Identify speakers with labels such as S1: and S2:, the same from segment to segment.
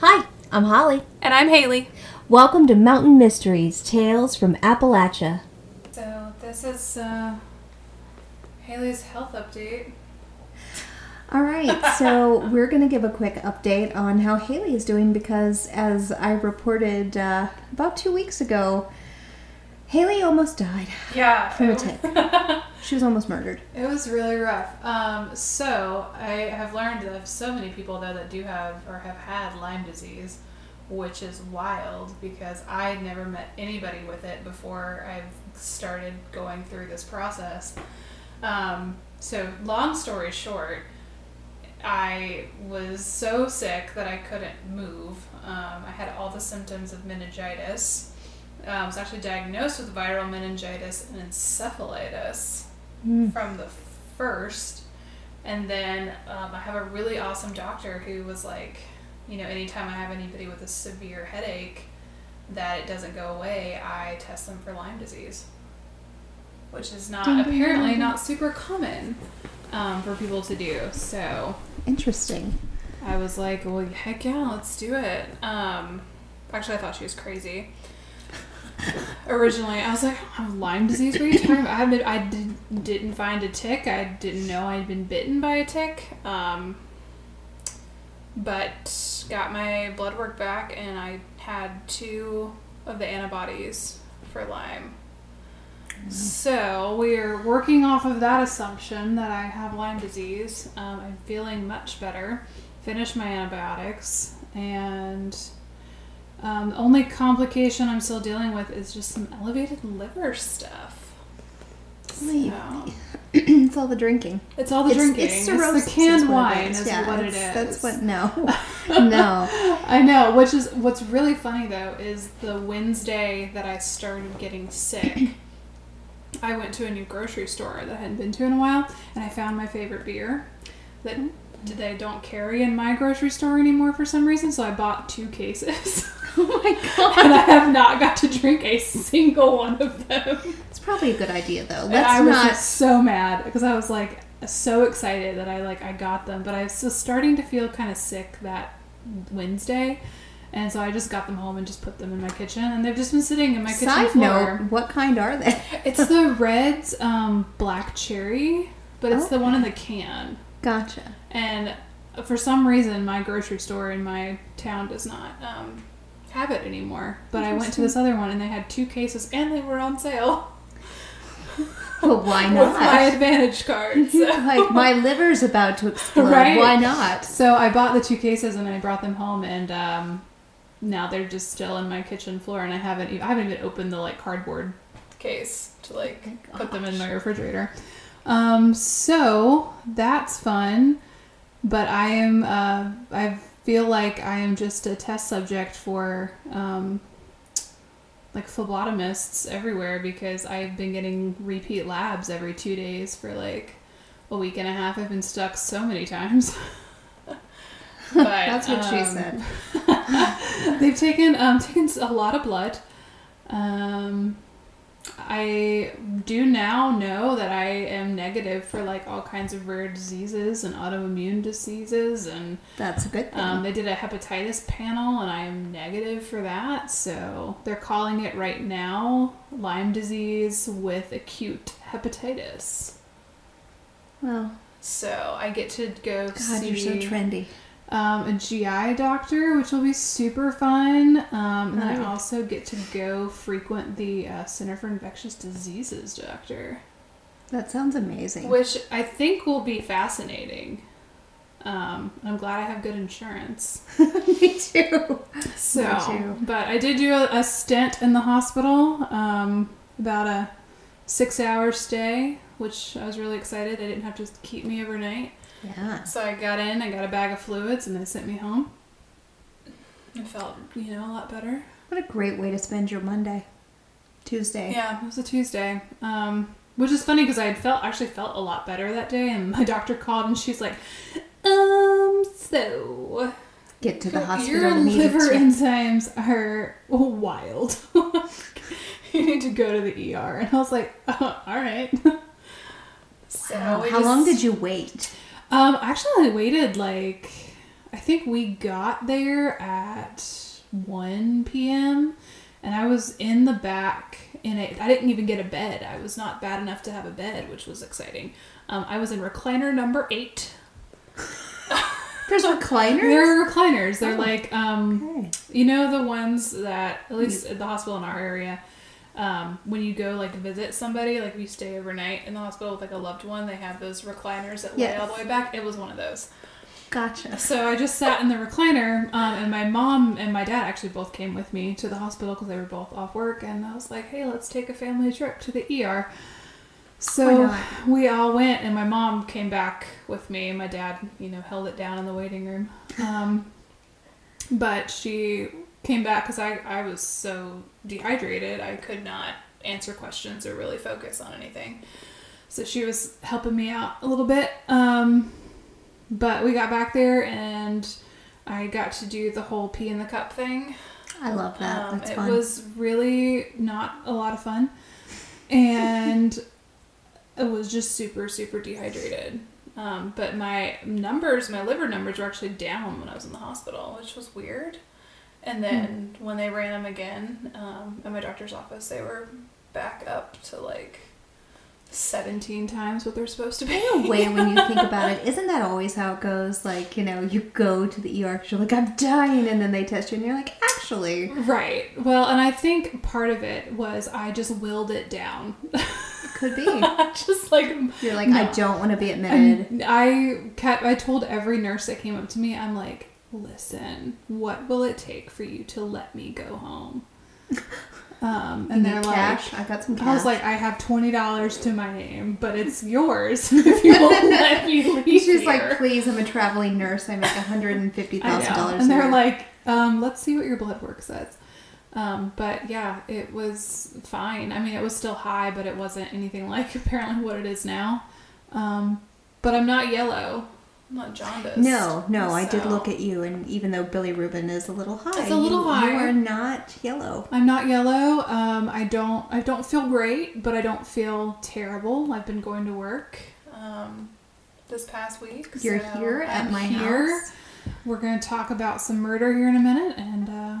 S1: Hi, I'm Holly.
S2: And I'm Haley.
S1: Welcome to Mountain Mysteries Tales from Appalachia.
S2: So this is uh, Haley's health update.
S1: All right, so we're going to give a quick update on how Haley is doing because, as I reported uh, about two weeks ago, Haley almost died.
S2: Yeah.
S1: From a
S2: it-
S1: tip. She was almost murdered.
S2: it was really rough. Um, so I have learned that so many people now that do have or have had Lyme disease, which is wild because I had never met anybody with it before I've started going through this process. Um, so long story short, I was so sick that I couldn't move. Um, I had all the symptoms of meningitis. Um, I was actually diagnosed with viral meningitis and encephalitis from the first. And then um, I have a really awesome doctor who was like, you know, anytime I have anybody with a severe headache that it doesn't go away, I test them for Lyme disease, which is not
S1: Ding, ding,
S2: apparently
S1: ding.
S2: not super common um, for people to do. So
S1: Interesting.
S2: I was like, well, heck yeah, let's do it. Um, actually, I thought she was crazy. Originally, I was like, I have Lyme disease. What are you talking about? I, have been, I did, didn't find a tick. I didn't know I'd been bitten by a tick. Um, but got my blood work back, and I had two of the antibodies for Lyme.
S1: Mm.
S2: So we're working off of that assumption that I have Lyme disease. Um, I'm feeling much better. Finished my antibiotics, and um, the only complication I'm still dealing with is just some elevated liver stuff.
S1: Oy
S2: So,
S1: it's all the drinking.
S2: it's all the
S1: it's,
S2: drinking. It's,
S1: It's, cirrhosis
S2: the
S1: is
S2: canned
S1: what it
S2: wine
S1: is.
S2: is
S1: Yeah,
S2: what it
S1: it's-
S2: is.
S1: That's what, no. no.
S2: I know, which is what's really funny though is the Wednesday that I started getting sick. I went to a new grocery store that I hadn't been to in a while, and I found my favorite beer that they don't carry in my grocery store anymore for some reason. So I bought two cases,
S1: Oh my god.
S2: and I have not got to drink a single one of them.
S1: It's probably a good idea though.
S2: And I
S1: Let's
S2: was
S1: not.
S2: just so mad because I was like so excited that I like I got them, but I was still starting to feel kind of sick that Wednesday, and so I just got them home and just put them in my kitchen, and they've just been sitting in my kitchen
S1: Side
S2: floor.
S1: note: What kind are they?
S2: It's the Reds um, Black Cherry, but it's the one in the can,
S1: Gotcha.
S2: and for some reason my grocery store in my town does not. Um, have it anymore but i went to this other one and they had two cases and they were on sale
S1: Well, why
S2: with my
S1: not?
S2: advantage card so.
S1: like my liver's about to explode.
S2: Right?
S1: Why not?
S2: So I bought the two cases and I brought them home, and um, now they're just still in my kitchen floor, and I haven't even, I haven't even opened the like cardboard case to like
S1: my
S2: put them in my refrigerator. Um, so that's fun, but I am uh, I feel like I am just a test subject for um, like phlebotomists everywhere because I've been getting repeat labs every two days for like a week and a half. I've been stuck so many times. but,
S1: That's what she
S2: um,
S1: said.
S2: They've taken um, taken a lot of blood. Um, I do now know that I am negative for like all kinds of rare diseases and autoimmune diseases, and
S1: That's a good thing.
S2: um, they did a hepatitis panel, and I am negative for that. So they're calling it right now Lyme disease with acute hepatitis.
S1: well,
S2: So I get to go
S1: God, you're so trendy.
S2: um, a GI doctor, which will be super fun. Um, and then I
S1: Right.
S2: also get to go frequent the uh, Center for Infectious Diseases doctor,
S1: That sounds amazing.
S2: which I think will be fascinating. Um, I'm glad I have good insurance.
S1: Me too.
S2: So,
S1: too.
S2: but I did do a, a stint in the hospital, um, about a six-hour stay, which I was really excited. They didn't have to keep me overnight.
S1: Yeah.
S3: Uh-huh.
S2: So I got in, I got a bag of fluids, and they sent me home. I felt, you know, a lot better.
S1: What a great way to spend your Monday, Tuesday.
S2: Yeah, it was a Tuesday. Um, which is funny because I had felt actually felt a lot better that day, and my doctor called and she's like, "Um, so
S1: Get to the hospital.
S2: your
S1: immediately.
S2: liver enzymes are wild. you need to go to the ER." And I was like, uh, "All right." So
S1: Wow. How long did you wait?
S2: Um, actually, I waited like I think we got there at 1 p.m. and I was in the back in a I didn't even get a bed. I was not bad enough to have a bed, which was exciting. Um, I was in recliner number 8.
S3: There's recliners.
S2: They're recliners. They're
S3: Oh.
S2: like um
S3: Okay.
S2: you know the ones that at least at the hospital in our area, um, when you go like visit somebody, like if you stay overnight in the hospital with like a loved one, they have those recliners that lay all the
S3: Yes.
S2: way back. It was one of those.
S3: Gotcha.
S2: So I just sat in the recliner, um, and my mom and my dad actually both came with me to the hospital because they were both off work, and I was like, "Hey, let's take a family trip to the ER." So
S3: not?
S2: we all went, and my mom came back with me, and my dad, you know, held it down in the waiting room. Um, but she came back because I I was so dehydrated, I could not answer questions or really focus on anything. So she was helping me out a little bit. Um, but we got back there and I got to do the whole pee in the cup thing.
S3: I love that.
S2: Um,
S3: That's
S2: it
S3: fun.
S2: was really not a lot of fun. And it was just super, super dehydrated. Um, but my numbers, my liver numbers were actually down when I was in the hospital, which was weird. And then
S3: Hmm.
S2: when they ran them again um, at my doctor's office, they were back up to like 17 times what they're supposed to be.
S3: In a way, when you think about it, isn't that always how it goes? Like, you know, you go to the ER because you're like, I'm dying, and then they test you, and you're like, actually,
S2: Right. Well, and I think part of it was I just willed it down.
S3: it could be.
S2: just like
S3: You're like,
S2: No.
S3: I don't want to be admitted.
S2: I kept I told every nurse that came up to me, I'm like, "Listen, what will it take for you to let me go home?" Um, and
S3: you
S2: they're
S3: need
S2: like,
S3: cash. I got some cash.
S2: I was like, I have twenty dollars to my name, but it's yours if you won't let me leave."
S3: He's just
S2: here."
S3: like, please, I'm a traveling nurse. I make $150,000
S2: I know.
S3: a
S2: And they're
S3: year."
S2: like, um, let's see what your blood work says. Um, but yeah, it was fine. I mean, it was still high, but it wasn't anything like apparently what it is now. Um, but I'm not yellow. I'm not jaundiced.
S3: no, no, I did
S2: So-
S3: look at you, and even though Billy Rubin is a little high,
S2: It's a little
S3: you,
S2: high.
S3: you are not yellow.
S2: I'm not yellow. Um, I don't. I don't feel great, but I don't feel terrible. I've been going to work. Um, this past week,
S3: You're here at my house.
S2: We're going to talk about some murder here in a minute, and uh,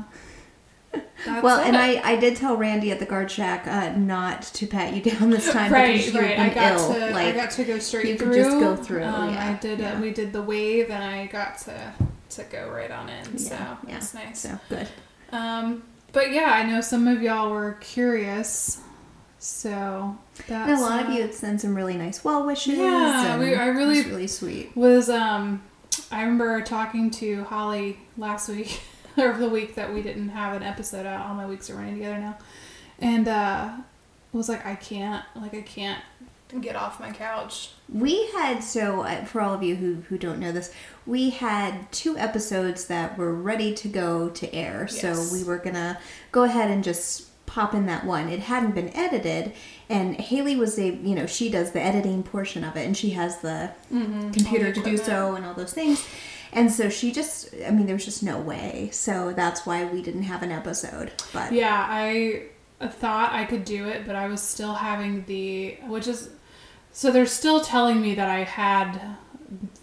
S2: that's
S3: well, and
S2: it.
S3: I, I did tell Randy at the guard shack uh, not to pat you down this time
S2: right,
S3: because you've
S2: right.
S3: been
S2: I got
S3: ill.
S2: to I
S3: like,
S2: got to go straight
S3: you
S2: through.
S3: could just go through,
S2: Um,
S3: yeah,
S2: I did.
S3: yeah.
S2: A, we did the wave, and I got to to go right on in. so
S3: Yeah, yeah.
S2: that's nice.
S3: so good.
S2: Um, but yeah, I know some of y'all were curious, so that's
S3: And a lot of
S2: uh,
S3: you had sent some really nice well wishes.
S2: Yeah,
S3: and
S2: we- I
S3: it was
S2: really-
S3: really sweet.
S2: was um I remember talking to Holly last week or the week that we didn't have an episode out. All my weeks are running together now. And uh was like I can't like I can't get off my couch.
S3: We had so uh, for all of you who who don't know this, we had two episodes that were ready to go to air.
S2: Yes.
S3: So we were gonna go ahead and just pop in that one. It hadn't been edited, and Haley was a you know she does the editing portion of it, and she has the computer
S2: all the
S3: to do so and all those things. And so she just, I mean, there was just no way. So that's why we didn't have an episode. But
S2: Yeah, I thought I could do it, but I was still having the which is so they're still telling me that I had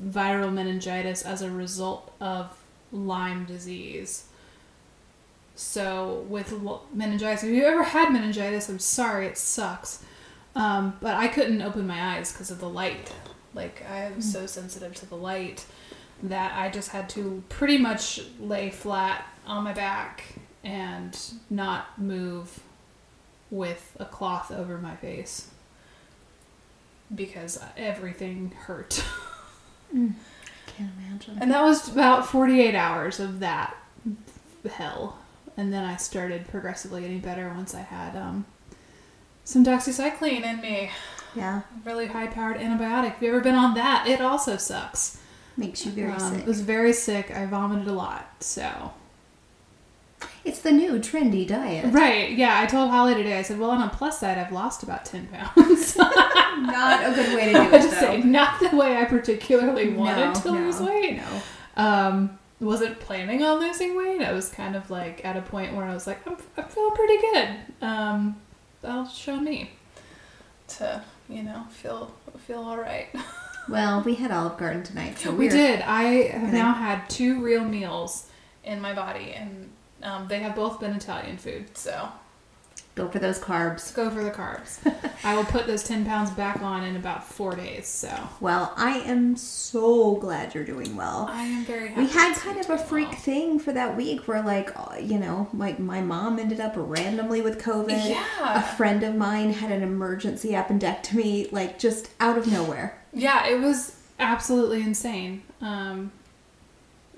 S2: viral meningitis as a result of Lyme disease. So with l- meningitis, if you ever had meningitis, I'm sorry, it sucks. Um, but I couldn't open my eyes because of the light. Like I am so sensitive to the light that I just had to pretty much lay flat on my back and not move with a cloth over my face because everything hurt.
S3: I can't imagine.
S2: And that was about 48 hours of that hell. And then I started progressively getting better once I had um, some doxycycline in me.
S3: Yeah,
S2: A really high powered antibiotic. If you ever been on that, it also sucks.
S3: makes you very
S2: Um,
S3: sick.
S2: It was very sick. I vomited a lot. So.
S3: It's the new trendy diet.
S2: Right. Yeah. I told Holly today, I said, well, on a plus side, I've lost about 10 pounds.
S3: Not a good way to do it.
S2: I just
S3: though.
S2: say, not the way I particularly wanted
S3: No,
S2: to
S3: no,
S2: lose weight.
S3: No.
S2: um, wasn't planning on losing weight. I was kind of like at a point where I was like, I'm, I'm feeling pretty good. Um, that'll show me to you know feel feel all right.
S3: Well, we had Olive Garden tonight, so
S2: We
S3: we're-
S2: did. I have
S3: Gonna-
S2: now had two real meals in my body, and um, they have both been Italian food. So
S3: Go for those carbs.
S2: let's go for the carbs. I will put those ten pounds back on in about four days. So
S3: Well, I am so glad you're doing well.
S2: I am very happy.
S3: We had
S2: to
S3: kind
S2: be
S3: of a
S2: doing
S3: freak
S2: well.
S3: thing for that week where, like, uh, you know, like my mom ended up randomly with COVID.
S2: Yeah.
S3: A friend of mine had an emergency appendectomy, like, just out of nowhere.
S2: Yeah, it was absolutely insane. Um,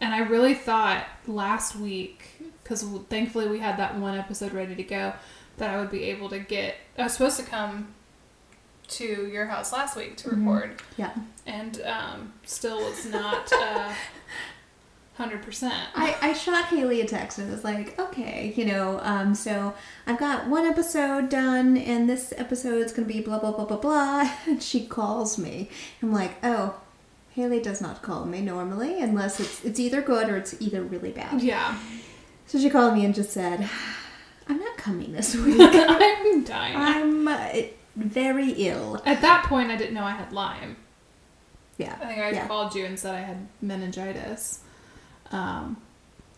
S2: and I really thought last week, because thankfully we had that one episode ready to go, that I would be able to get. I was supposed to come to your house last week to
S3: Mm-hmm.
S2: record,
S3: Yeah.
S2: and um, still was not uh, 100%.
S3: I, I shot Haley a text and was like, okay, you know, um, so I've got one episode done and this episode's gonna be blah, blah, blah, blah, blah. And she calls me. I'm like, oh, Haley does not call me normally unless it's, it's either good or it's either really bad.
S2: Yeah,
S3: So she called me and just said, I'm not coming this week.
S2: I'm dying.
S3: I'm uh, very ill.
S2: At that point, I didn't know I had Lyme.
S3: Yeah.
S2: I think I
S3: yeah.
S2: called you and said I had meningitis. Um,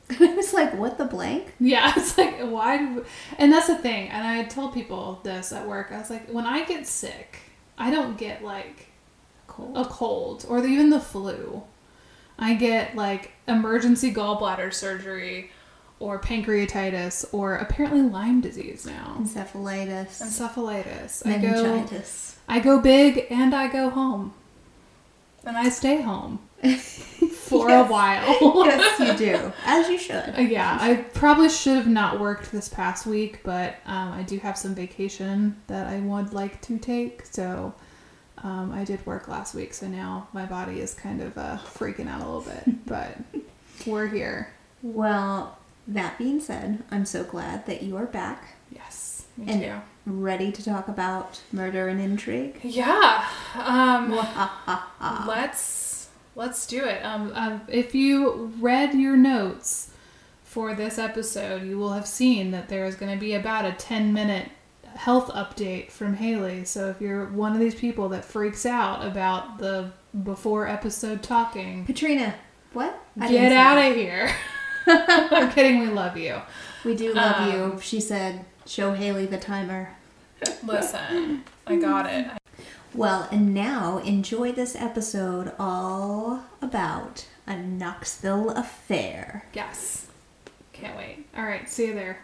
S3: I was like, what the blank?
S2: Yeah, it's like why? Do and that's the thing. And I tell people this at work. I was like, when I get sick, I don't get like
S3: Cold.
S2: a cold or even the flu. I get like emergency gallbladder surgery, or pancreatitis, or apparently Lyme disease now,
S3: Encephalitis.
S2: encephalitis. I go,
S3: Meningitis.
S2: I go big and I go home, and I stay home for
S3: Yes.
S2: a while.
S3: yes, you do. As you should.
S2: Uh, Yeah, I probably should have not worked this past week, but um, I do have some vacation that I would like to take. So um, I did work last week, so now my body is kind of uh, freaking out a little bit, but we're here.
S3: Well, that being said, I'm so glad that you are back,
S2: Yes, me
S3: And- ready to talk about murder and intrigue.
S2: Yeah. Um,
S3: Mwahaha.
S2: let's let's do it. Um, um, if you read your notes for this episode, you will have seen that there is going to be about a ten minute health update from Haley. So if you're one of these people that freaks out about the before episode talking,
S3: Katrina, what?
S2: get out
S3: it.
S2: of here. I'm kidding. We love you.
S3: We do love
S2: Um,
S3: you. She said, show Haley the timer.
S2: Listen, I got it.
S3: Well, and now enjoy this episode all about a Knoxville affair.
S2: Yes. Can't wait. All right. See you there.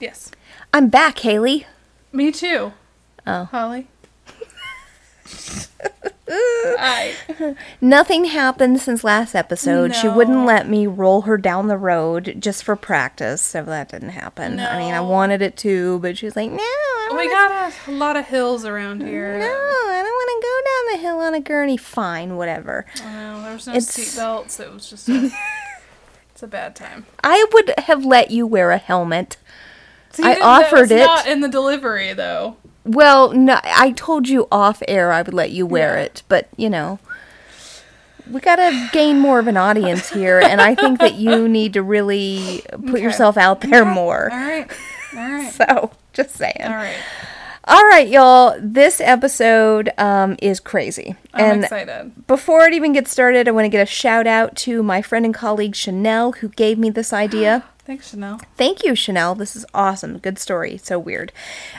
S2: Yes.
S3: I'm back, Haley.
S2: Me too.
S3: Oh.
S2: Holly. I.
S3: Nothing happened since last episode. She wouldn't
S2: No.
S3: let me roll her down the road just for practice, so that didn't happen. I mean, I
S2: No. Oh
S3: wanted it to, but she was like, "No, I
S2: We
S3: wanna-
S2: got a lot of hills around
S3: no,
S2: here.
S3: I don't want to go down the hill on a gurney." Fine, whatever.
S2: No, there was no
S3: It's-
S2: seatbelts. It was just. A, it's a bad time.
S3: I would have let you wear a helmet.
S2: See,
S3: I
S2: you didn't- that
S3: offered
S2: was
S3: it.
S2: Not in the delivery though.
S3: Well, no, I told you off air I would let you wear
S2: Yeah.
S3: it, but you know, we got to gain more of an audience here, and I think that you need to really put yourself out there more.
S2: All right. All right.
S3: So, just saying.
S2: All right.
S3: All right, y'all. This episode um, is crazy.
S2: I'm
S3: and
S2: excited.
S3: before it even gets started, I want to get a shout out to my friend and colleague Chanel, who gave me this idea.
S2: Thanks, Chanel.
S3: Thank you, Chanel. This is awesome. Good story. So weird.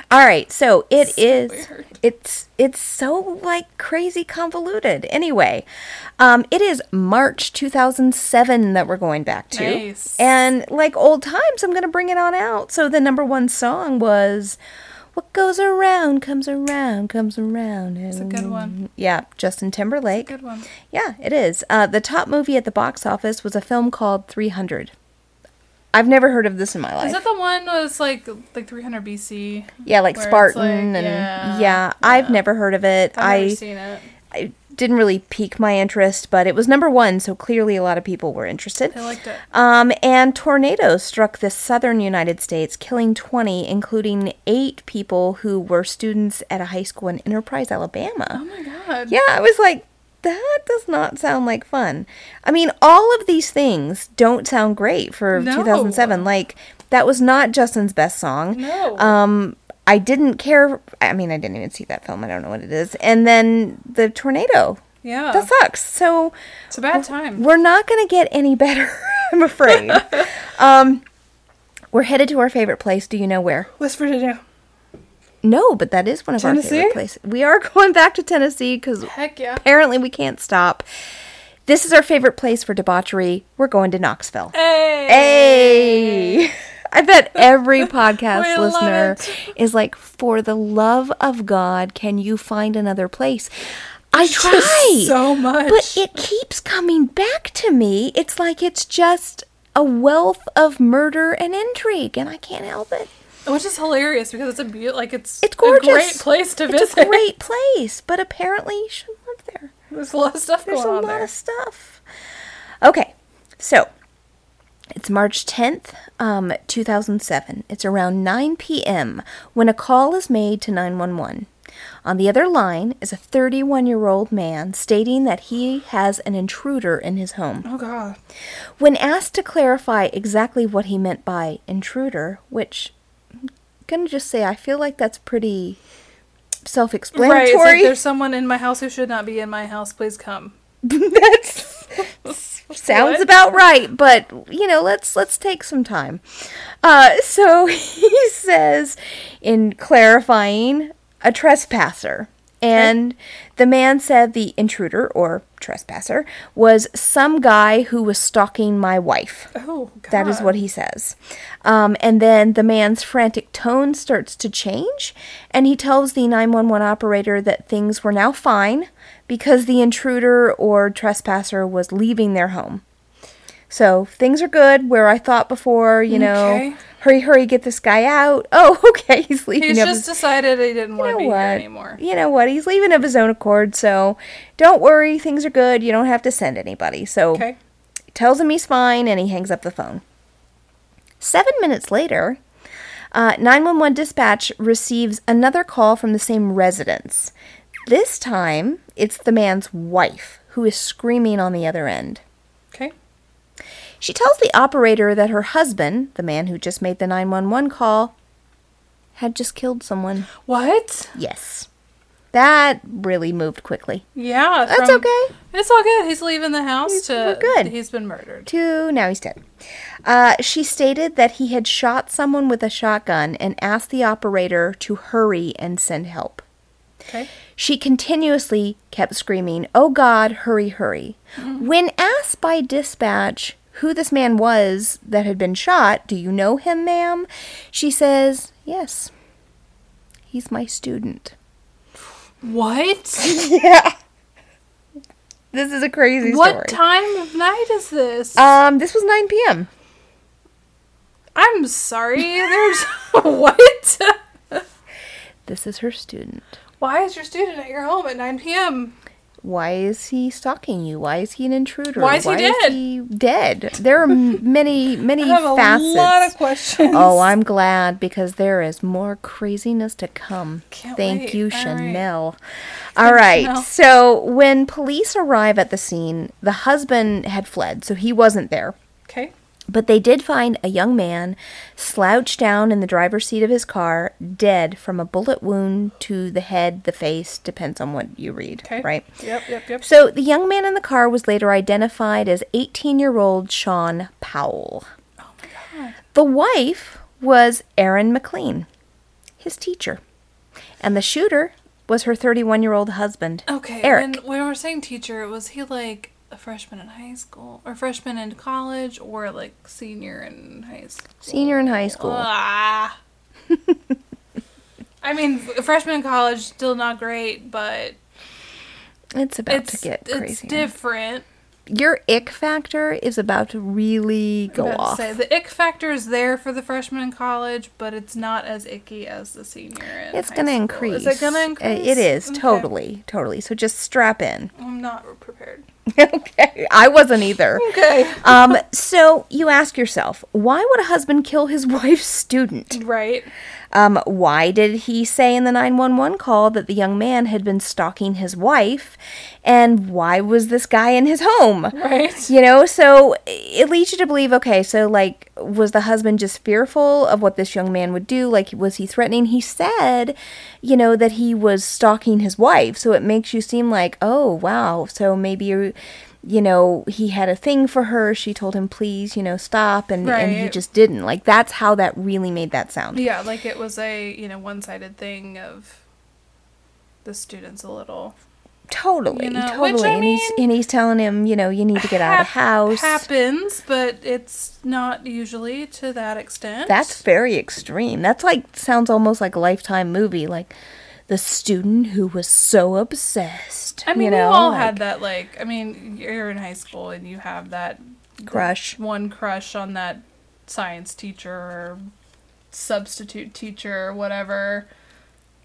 S3: All right, so it
S2: So
S3: is.
S2: weird.
S3: It's it's so like crazy convoluted. Anyway, um, it is March 2007 that we're going back to,
S2: Nice.
S3: and like old times, I'm gonna bring it on out. So the number one song was. What goes around comes around, comes around. It's
S2: a good one.
S3: Yeah, Justin Timberlake.
S2: Good one.
S3: Yeah, it is. Uh, the top movie at the box office was a film called 300. I've never heard of this in my
S2: Is
S3: life.
S2: that the one was like like 300 BC?
S3: yeah, like
S2: where it's
S3: Spartan
S2: like,
S3: and yeah,
S2: yeah,
S3: I've never heard of it.
S2: I've never
S3: I,
S2: seen it.
S3: I didn't really pique my interest, but it was number one, so clearly a lot of people were interested.
S2: I liked it.
S3: Um, and tornadoes struck the southern United States, killing 20, including eight people who were students at a high school in Enterprise, Alabama.
S2: Oh my god.
S3: Yeah, I was like, that does not sound like fun. I mean, all of these things don't sound great for
S2: No.
S3: 2007. Like, that was not Justin's best song.
S2: No.
S3: Um, I didn't care. I mean, I didn't even see that film. I don't know what it is. And then the tornado.
S2: Yeah.
S3: That sucks. So
S2: it's a bad time.
S3: we're not going to get any better, I'm afraid. um, we're headed to our favorite place. Do you know where?
S2: West Virginia.
S3: No, but that is one of our
S2: Tennessee?
S3: favorite places. We are going back to Tennessee because
S2: Heck yeah.
S3: apparently we can't stop. This is our favorite place for debauchery. We're going to Knoxville.
S2: Hey.
S3: Hey! I bet every
S2: We
S3: podcast
S2: love
S3: listener
S2: it.
S3: is like, for the love of God, can you find another place? I try
S2: Just so much.
S3: but it keeps coming back to me. It's like it's just a wealth of murder and intrigue, and I can't help it.
S2: Which is hilarious because it's a beautiful, like it's
S3: It's gorgeous.
S2: a great place to
S3: It's
S2: visit.
S3: a great place, but apparently you shouldn't live there.
S2: There's a lot of stuff
S3: There's
S2: going
S3: a
S2: on
S3: lot
S2: there.
S3: of stuff. Okay, so it's March 10th, um, 2007. It's around 9 p.m. when a call is made to 911. On the other line is a 31 year old man stating that he has an intruder in his home.
S2: Oh god.
S3: When asked to clarify exactly what he meant by intruder, which I'm gonna just say I feel like that's pretty self
S2: Right. It's like
S3: explanatory.
S2: there's someone in my house who should not be in my house. Please come.
S3: that's sounds
S2: What?
S3: about right but you know let's let's take some time uh, so he says in clarifying a trespasser and the man said the intruder or trespasser was some guy who was stalking my wife
S2: Oh god.
S3: that is what he says. Um, and then the man's frantic tone starts to change, and he tells the 911 operator that things were now fine because the intruder or trespasser was leaving their home. So things are good where I thought before, you
S2: Okay.
S3: know, hurry, hurry, get this guy out. Oh, okay, he's leaving.
S2: He's
S3: of
S2: just
S3: his-
S2: decided he didn't want to be
S3: what?
S2: here anymore.
S3: You know what? He's leaving of his own accord, so don't worry, things are good. You don't have to send anybody. So
S2: Okay.
S3: tells him he's fine, and he hangs up the phone. Seven minutes later, uh, 911 dispatch receives another call from the same residence. This time, it's the man's wife who is screaming on the other end.
S2: Okay.
S3: She tells the operator that her husband, the man who just made the 911 call, had just killed someone.
S2: What?
S3: Yes. That really moved quickly.
S2: Yeah.
S3: That's
S2: from-
S3: okay.
S2: It's all good. He's leaving the house to
S3: we're good.
S2: He's been murdered.
S3: Two, now he's dead. Uh, she stated that he had shot someone with a shotgun and asked the operator to hurry and send help.
S2: Okay.
S3: She continuously kept screaming, Oh God, hurry, hurry.
S2: Mm-hmm.
S3: When asked by dispatch who this man was that had been shot, Do you know him, ma'am? She says, Yes, he's my student.
S2: What?
S3: yeah. This is a crazy
S2: what
S3: story.
S2: time of night is this?
S3: um, this was 9 p.m.
S2: I'm sorry. There's what?
S3: This is her student.
S2: Why is your student at your home at 9 p.m.?
S3: why is he stalking you? Why is he an intruder?
S2: Why is he dead?
S3: he dead? There are m- many, many
S2: I have a
S3: facets.
S2: lot of questions.
S3: oh, I'm glad because there is more craziness to come.
S2: Can't
S3: Thank
S2: wait.
S3: you,
S2: All right.
S3: Chanel. All right.
S2: Chanel.
S3: So when police arrive at the scene, the husband had fled, so he wasn't there.
S2: okay.
S3: But they did find a young man slouched down in the driver's seat of his car, dead from a bullet wound to the head, the face, depends on what you read,
S2: Okay.
S3: right?
S2: Yep. Yep. Yep.
S3: So the young man in the car was later identified as 18 year old Sean Powell.
S2: Oh my god.
S3: The wife was Erin McLean, his teacher. And the shooter was her 31 year old husband.
S2: Okay.
S3: Eric.
S2: When, when we're saying teacher, was he like a freshman in high school, or freshman in college, or like senior in high school?
S3: Senior in high school.
S2: Ah. I mean, freshman in college still not great, but
S3: it's about
S2: it's
S3: to get
S2: it's
S3: crazy.
S2: different.
S3: your ick factor is about to really go
S2: About to
S3: off.
S2: say, the ick factor is there for the freshman in college, but it's not as icky as the senior. In
S3: it's
S2: high
S3: going to
S2: school.
S3: increase.
S2: Is it going to
S3: Uh,
S2: increase?
S3: It is,
S2: Okay.
S3: totally, totally. So just strap in.
S2: I'm not prepared.
S3: okay. I wasn't either.
S2: Okay.
S3: um, so you ask yourself, why would a husband kill his wife's student?
S2: Right.
S3: Um, why did he say in the 911 call that the young man had been stalking his wife? And why was this guy in his home?
S2: Right.
S3: You know, so it leads you to believe okay, so like, was the husband just fearful of what this young man would do? Like, was he threatening? He said, you know, that he was stalking his wife. So it makes you seem like, oh, wow. So maybe, you know, he had a thing for her. She told him, please, you know, stop. And, and he
S2: Right.
S3: just didn't. Like, that's how that really made that sound.
S2: Yeah, like it was a, you know, one sided thing of the students a little.
S3: Totally,
S2: You know,
S3: totally.
S2: which I
S3: and he's and he's telling him, you know, you need to get out of the
S2: Hap-
S3: house.
S2: Happens, but it's not usually to that extent.
S3: That's very extreme. That's like sounds almost like a lifetime movie, like the student who was so obsessed.
S2: I mean,
S3: you know,
S2: we all
S3: like,
S2: had that. Like, I mean, you're in high school and you have that
S3: crush.
S2: one crush on that science teacher or substitute teacher or whatever.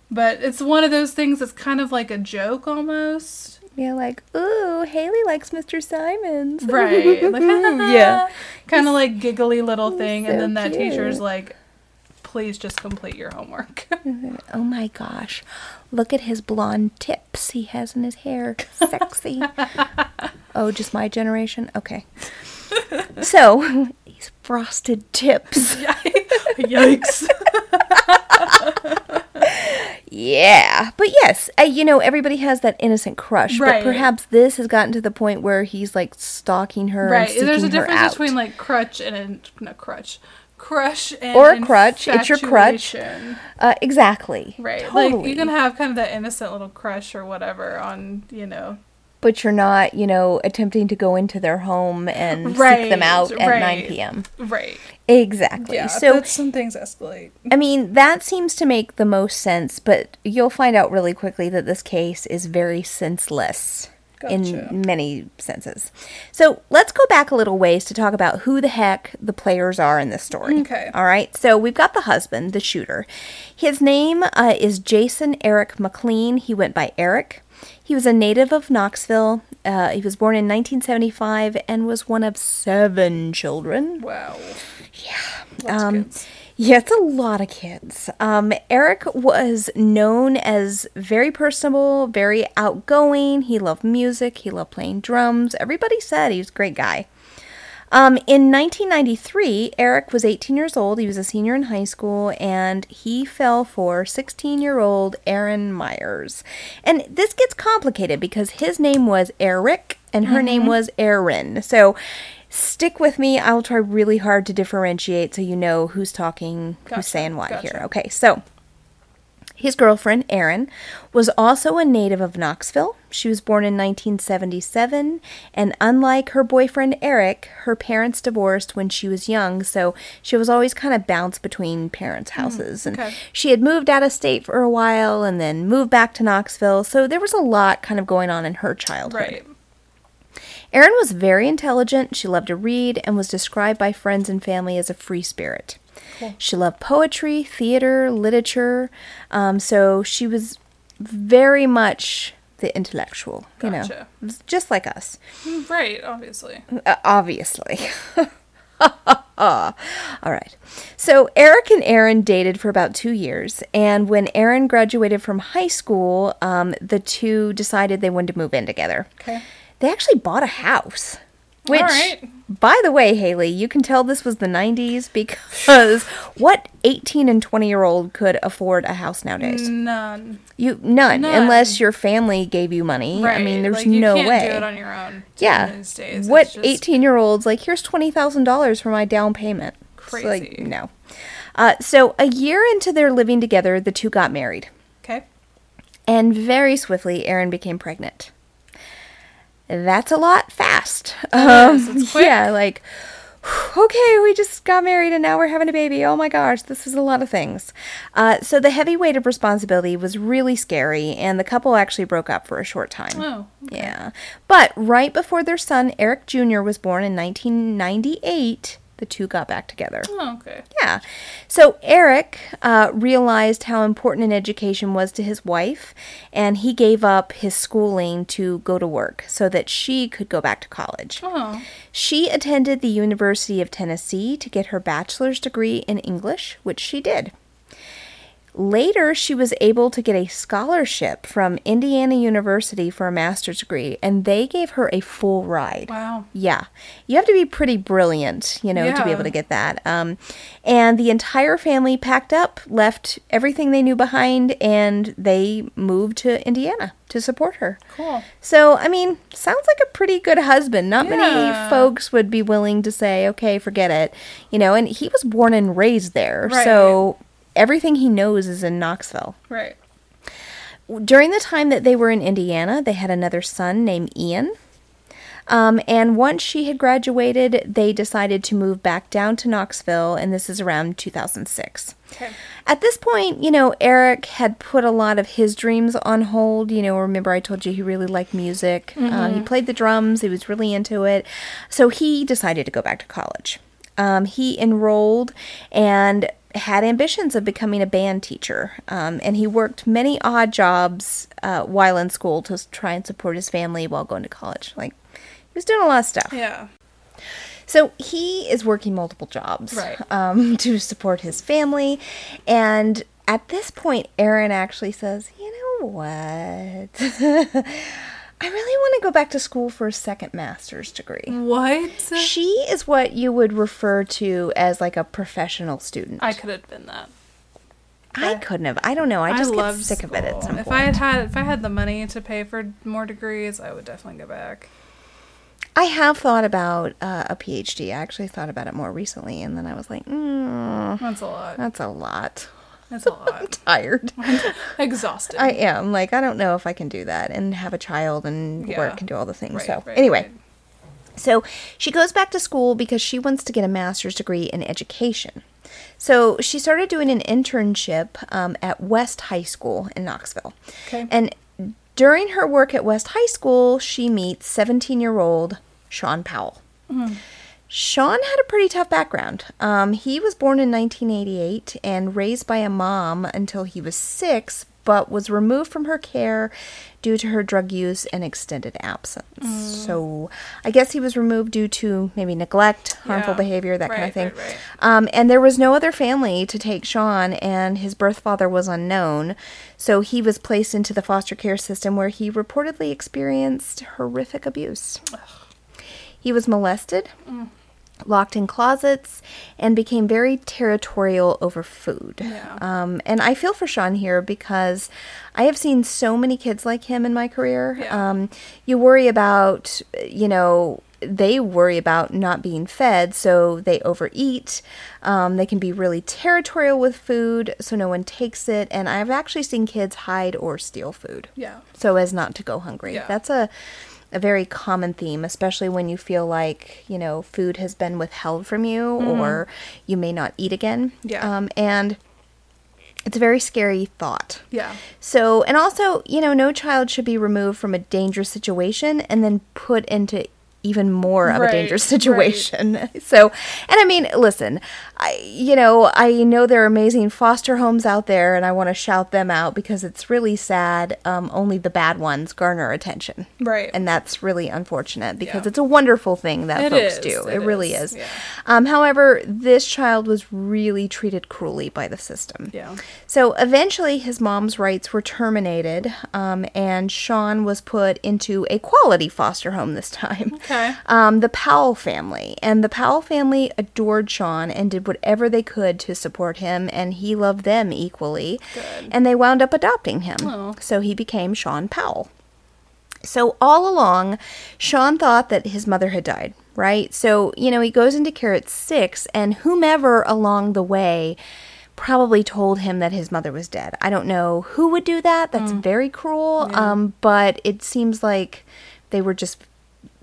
S2: But it's one of those things that's kind of like a joke almost.
S3: Yeah, like ooh, Haley likes Mr. Simons.
S2: Right. Like,
S3: yeah.
S2: Kind of like giggly little thing.
S3: so
S2: and then that teacher's
S3: cute.
S2: like, please just complete your homework.
S3: Oh my gosh, look at his blonde tips he has in his hair. Sexy. oh, just my generation. Okay. So these frosted tips.
S2: Yikes.
S3: Yeah, but yes, uh, you know everybody has that innocent crush,
S2: Right.
S3: but perhaps this has gotten to the point where he's like stalking her.
S2: right.
S3: and
S2: There's a
S3: seeking her
S2: difference
S3: out.
S2: between like crutch and, no, crutch. Crush and
S3: Or a crutch. It's your crutch.
S2: infatuation.
S3: uh, exactly,
S2: Right. Like
S3: Totally.
S2: you can have kind of that innocent little crush or whatever on, you know.
S3: but you're not, you know, attempting to go into their home and seek them
S2: Right,
S3: out at nine
S2: right.
S3: p.m.
S2: Right.
S3: Exactly.
S2: Yeah.
S3: so
S2: that's some things escalate.
S3: I mean, that seems to make the most sense, but you'll find out really quickly that this case is very senseless
S2: Gotcha.
S3: in many senses. So let's go back a little ways to talk about who the heck the players are in this story.
S2: Okay.
S3: All right. So we've got the husband, the shooter. His name uh, is Jason Eric McLean. He went by Eric. He was a native of Knoxville. Uh, he was born in 1975 and was one of seven children.
S2: Wow. Yeah.
S3: Um, yeah, it's a lot of kids. Um, Eric was known as very personable, very outgoing. He loved music, he loved playing drums. Everybody said he was a great guy. Um, in 1993, Eric was 18 years old. He was a senior in high school, and he fell for 16 year old Aaron Myers. And this gets complicated because his name was Eric and her name was Erin. So stick with me. I'll try really hard to differentiate so you know who's talking,
S2: Gotcha,
S3: who's saying what
S2: gotcha.
S3: here. Okay, so. His girlfriend, Erin, was also a native of Knoxville. She was born in 1977, and unlike her boyfriend, Eric, her parents divorced when she was young, so she was always kind of bounced between parents' houses.
S2: Hmm, okay.
S3: And she had moved out of state for a while and then moved back to Knoxville, so there was a lot kind of going on in her childhood.
S2: Right.
S3: Erin was very intelligent, she loved to read, and was described by friends and family as a free spirit. She loved poetry, theater, literature, um, so she was very much the intellectual, you
S2: Gotcha.
S3: know, just like us
S2: Mm, Right, obviously.
S3: uh, obviously. All right. So Eric and Aaron dated for about two years, and when Aaron graduated from high school, um, the two decided they wanted to move in together.
S2: Okay.
S3: They actually bought a house. Which,
S2: right.
S3: by the way, Haley, you can tell this was the 90s because what 18 and 20 year old could afford a house nowadays?
S2: None.
S3: You none,
S2: Mm, None.
S3: unless your family gave you money.
S2: Right.
S3: I mean, there's
S2: like, you
S3: no
S2: can't
S3: way.
S2: do it on your own.
S3: Yeah.
S2: These days.
S3: What
S2: It's just-
S3: 18 year olds like, here's $20,000 for my down payment? It's like,
S2: Crazy.
S3: no. Uh, so, a year into their living together, the two got married.
S2: Okay.
S3: And very swiftly, Erin became pregnant. That's a lot fast. Um,
S2: That is, it's quick.
S3: Yeah, like, okay, we just got married and now we're having a baby. Oh my gosh, this is a lot of things. Uh, so the heavy weight of responsibility was really scary, and the couple actually broke up for a short time.
S2: Oh,
S3: Yeah. But right before their son, Eric Jr., was born in 1998, the two got back together.
S2: Oh, okay.
S3: Yeah. So Eric uh, realized how important an education was to his wife, and he gave up his schooling to go to work so that she could go back to college.
S2: Oh,
S3: She attended the University of Tennessee to get her bachelor's degree in English, which she did. Later, she was able to get a scholarship from Indiana University for a master's degree, and they gave her a full ride.
S2: wow.
S3: Yeah. You have to be pretty brilliant, you know, to be
S2: Yeah.
S3: able to get that. Um, and the entire family packed up, left everything they knew behind, and they moved to Indiana to support her.
S2: Cool.
S3: So, I mean, sounds like a pretty good husband. Not many
S2: Yeah.
S3: folks would be willing to say, okay, forget it. You know, and he was born and raised there.
S2: Right.
S3: So everything he knows is in Knoxville.
S2: Right.
S3: During the time that they were in Indiana, they had another son named Ian. Um, and once she had graduated, they decided to move back down to Knoxville, and this is around 2006.
S2: Okay.
S3: At this point, you know, Eric had put a lot of his dreams on hold. You know, remember I told you he really liked music. Uh, he played the drums, he was really into it. So he decided to go back to college. Um, he enrolled and had ambitions of becoming a band teacher. Um, and he worked many odd jobs uh, while in school to s- try and support his family while going to college. Like, he was doing a lot of stuff.
S2: Yeah.
S3: So he is working multiple jobs
S2: Right.
S3: um, to support his family. And at this point, Aaron actually says, You know what? I really want to go back to school for a second master's
S2: Mm-hmm.
S3: degree.
S2: What?
S3: She is what you would refer to as like a professional student.
S2: I could have been that.
S3: I couldn't have. I don't know. I just get sick of it at
S2: school.
S3: some
S2: if
S3: point.
S2: I had had if I had the money to pay for more degrees, I would definitely go back.
S3: I have thought about uh, a PhD. I actually thought about it more recently, and then I was like, mm,
S2: That's a lot.
S3: that's a lot.
S2: That's a
S3: I'm
S2: lot.
S3: tired.
S2: Exhausted.
S3: I am. Like, I don't know if I can do that and have a child and
S2: Yeah.
S3: work and do all the things.
S2: Right,
S3: so,
S2: right,
S3: anyway.
S2: right.
S3: So she goes back to school because she wants to get a master's degree in education. So she started doing an internship um, at West High School in Knoxville.
S2: Okay.
S3: And during her work at West High School, she meets 17 year old Sean Powell. Sean had a pretty tough background. Um, he was born in 1988 and raised by a mom until he was six, but was removed from her care due to her drug use and extended absence.
S2: Mm.
S3: So I guess he was removed due to maybe neglect, harmful
S2: Yeah.
S3: behavior, that kind of
S2: Right,
S3: thing.
S2: right, right.
S3: Um, and there was no other family to take Sean, and his birth father was unknown. So he was placed into the foster care system where he reportedly experienced horrific abuse. He was molested, locked in closets, and became very territorial over food.
S2: Yeah.
S3: Um, and I feel for Sean here because I have seen so many kids like him in my career.
S2: Yeah.
S3: Um, you worry about, you know, they worry about not being fed, so they overeat. Um, they can be really territorial with food, so no one takes it. And I've actually seen kids hide or steal food
S2: yeah.
S3: so as not to go hungry.
S2: Yeah.
S3: That's a a very common theme, especially when you feel like you know food has been withheld from you, or you may not eat again.
S2: Mm-hmm. Yeah.
S3: um, and it's a very scary thought.
S2: Yeah.
S3: So, and also, you know, no child should be removed from a dangerous situation and then put into even more of a
S2: Right,
S3: dangerous
S2: right.
S3: situation. So, and I mean, listen, I, you know, I know there are amazing foster homes out there and I want to shout them out because it's really sad. Um, only the bad ones garner attention.
S2: Right.
S3: And that's really unfortunate because
S2: Yeah.
S3: it's a wonderful thing that
S2: It
S3: folks
S2: is,
S3: do. It,
S2: it
S3: really
S2: is,
S3: is.
S2: yeah.
S3: Um, however, this child was really treated cruelly by the system.
S2: Yeah.
S3: So eventually, his mom's rights were terminated, um, and Sean was put into a quality foster home this time.
S2: Okay.
S3: Um, the Powell family. And the Powell family adored Sean and did whatever they could to support him, and he loved them equally. Good. And they wound up adopting him.
S2: Oh.
S3: So he became Sean Powell. So, all along, Sean thought that his mother had died, right? So, you know, he goes into care at six, and whomever along the way probably told him that his mother was dead. I don't know who would do that. That's very cruel. Um, but it seems like they were just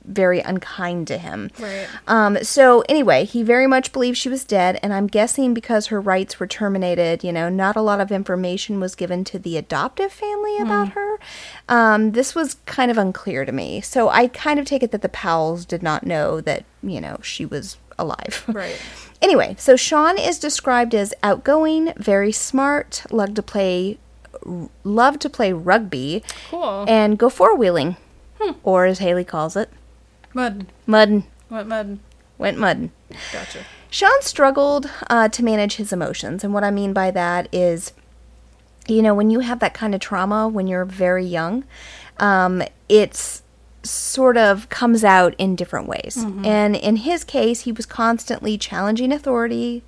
S3: very unkind to him.
S2: Right.
S3: Um, so anyway, he very much believed she was dead, and I'm guessing because her rights were terminated, you know, not a lot of information was given to the adoptive family
S2: Hmm.
S3: about her. Um, this was kind of unclear to me, so I kind of take it that the Powells did not know that you know she was alive.
S2: Right.
S3: Anyway, so Sean is described as outgoing, very smart, loved to play, loved to play rugby,
S2: Cool. Hmm.
S3: and go four wheeling, or as Haley calls it,
S2: Mud.
S3: muddin'.
S2: What mud?
S3: Went muddin'. Um,
S2: Gotcha.
S3: Sean struggled uh, to manage his emotions, and what I mean by that is, you know, when you have that kind of trauma when you're very young, um, it's sort of comes out in different ways. And in his case, he was constantly challenging authority,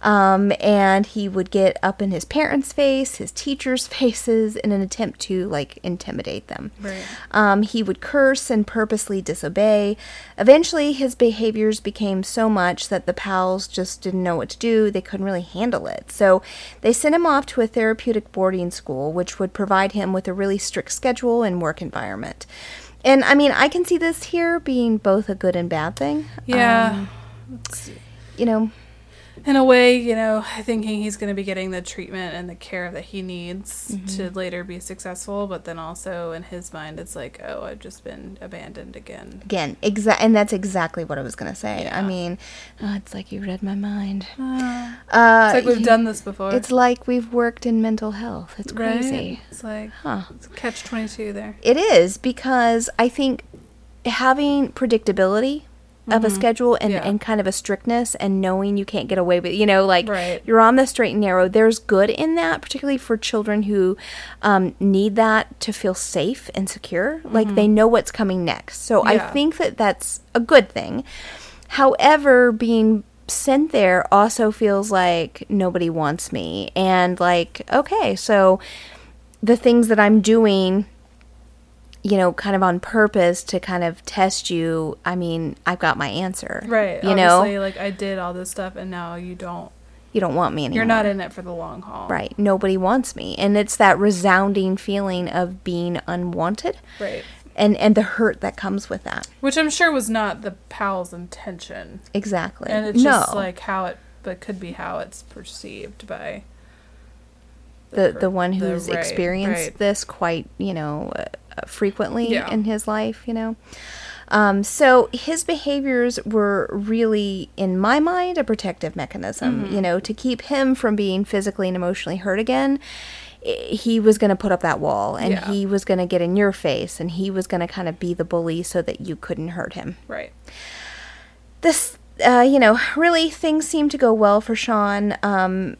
S3: um, and he would get up in his parents' face, his teachers' faces, in an attempt to like intimidate them.
S2: Right.
S3: Um, he would curse and purposely disobey. Eventually, his behaviors became so much that the pals just didn't know what to do. They couldn't really handle it. So they sent him off to a therapeutic boarding school, which would provide him with a really strict schedule and work environment. And I mean, I can see this here being both a good and bad thing.
S2: Yeah.
S3: Um, you know,
S2: in a way, you know, thinking he's going to be getting the treatment and the care that he needs to
S3: Mm-hmm.
S2: later be successful, but then also in his mind, it's like, oh, I've just been abandoned again.
S3: again, exa- and that's exactly what I was going to say. I
S2: Yeah.
S3: mean, oh, it's like you read my mind.
S2: Ah.
S3: Uh,
S2: it's like we've
S3: you-
S2: done this before.
S3: It's like we've worked in mental health. It's
S2: Right?
S3: crazy.
S2: It's like
S3: Huh.
S2: it's catch twenty two there.
S3: It is because I think having predictability of a schedule and,
S2: Mm-hmm. Yeah.
S3: and kind of a strictness and knowing you can't get away with you know like
S2: Right.
S3: you're on the straight and narrow there's good in that particularly for children who um, need that to feel safe and secure like they know what's coming next so i
S2: Mm-hmm. Yeah.
S3: think that that's a good thing however being sent there also feels like nobody wants me and like okay so the things that i'm doing you know, kind of on purpose to kind of test you. I mean, I've got my answer.
S2: Right.
S3: You
S2: Obviously,
S3: know,
S2: like I did all this stuff and now you don't
S3: you don't want me anymore.
S2: you're not in it for the long haul.
S3: Right. Nobody wants me. And it's that resounding feeling of being unwanted.
S2: Right.
S3: And and the hurt that comes with that.
S2: Which I'm sure was not the pal's intention.
S3: Exactly.
S2: And it's
S3: no.
S2: just like how it but could be how it's perceived by
S3: the
S2: per-
S3: the one
S2: the-
S3: who's
S2: right,
S3: experienced
S2: right.
S3: this quite you know uh, frequently
S2: Yeah.
S3: in his life you know um, so his behaviors were really in my mind a protective mechanism
S2: Mm-hmm.
S3: you know to keep him from being physically and emotionally hurt again i- he was going to put up that wall and
S2: Yeah.
S3: he was going to get in your face and he was going to kind of be the bully so that you couldn't hurt him
S2: Right.
S3: this uh, you know really things seemed to go well for sean um,